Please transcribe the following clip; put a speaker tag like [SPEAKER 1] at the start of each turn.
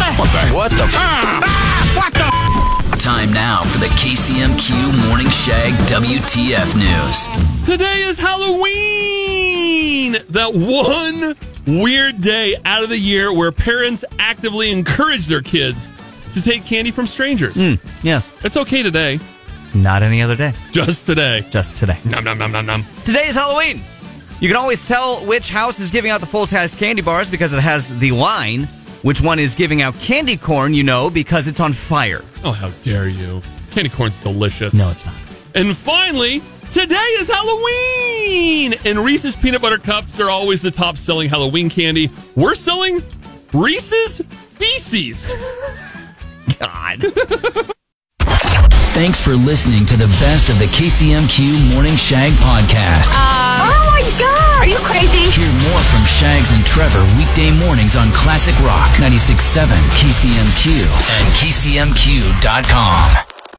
[SPEAKER 1] What the? F-
[SPEAKER 2] what the?
[SPEAKER 3] Time now for the KCMQ Morning Shag WTF News.
[SPEAKER 1] Today is Halloween! That one weird day out of the year where parents actively encourage their kids to take candy from strangers.
[SPEAKER 3] Hmm.
[SPEAKER 4] Yes.
[SPEAKER 1] It's okay today.
[SPEAKER 4] Not any other day.
[SPEAKER 1] Just today.
[SPEAKER 4] Just today.
[SPEAKER 1] Nom nom nom nom nom.
[SPEAKER 4] Today is Halloween. You can always tell which house is giving out the full size candy bars because it has the line. Which one is giving out candy corn, you know, because it's on fire.
[SPEAKER 1] Oh, how dare you. Candy corn's delicious.
[SPEAKER 4] not.
[SPEAKER 1] And finally, today is Halloween! And Reese's peanut butter cups are always the top selling Halloween candy. We're selling Reese's feces.
[SPEAKER 4] God.
[SPEAKER 3] Thanks for listening to the best of the KCMQ Morning Shag podcast.
[SPEAKER 5] oh my god, are you crazy?
[SPEAKER 3] Hear more from Shags and Trevor weekday mornings on Classic Rock 96.7, KCMQ, and KCMQ.com.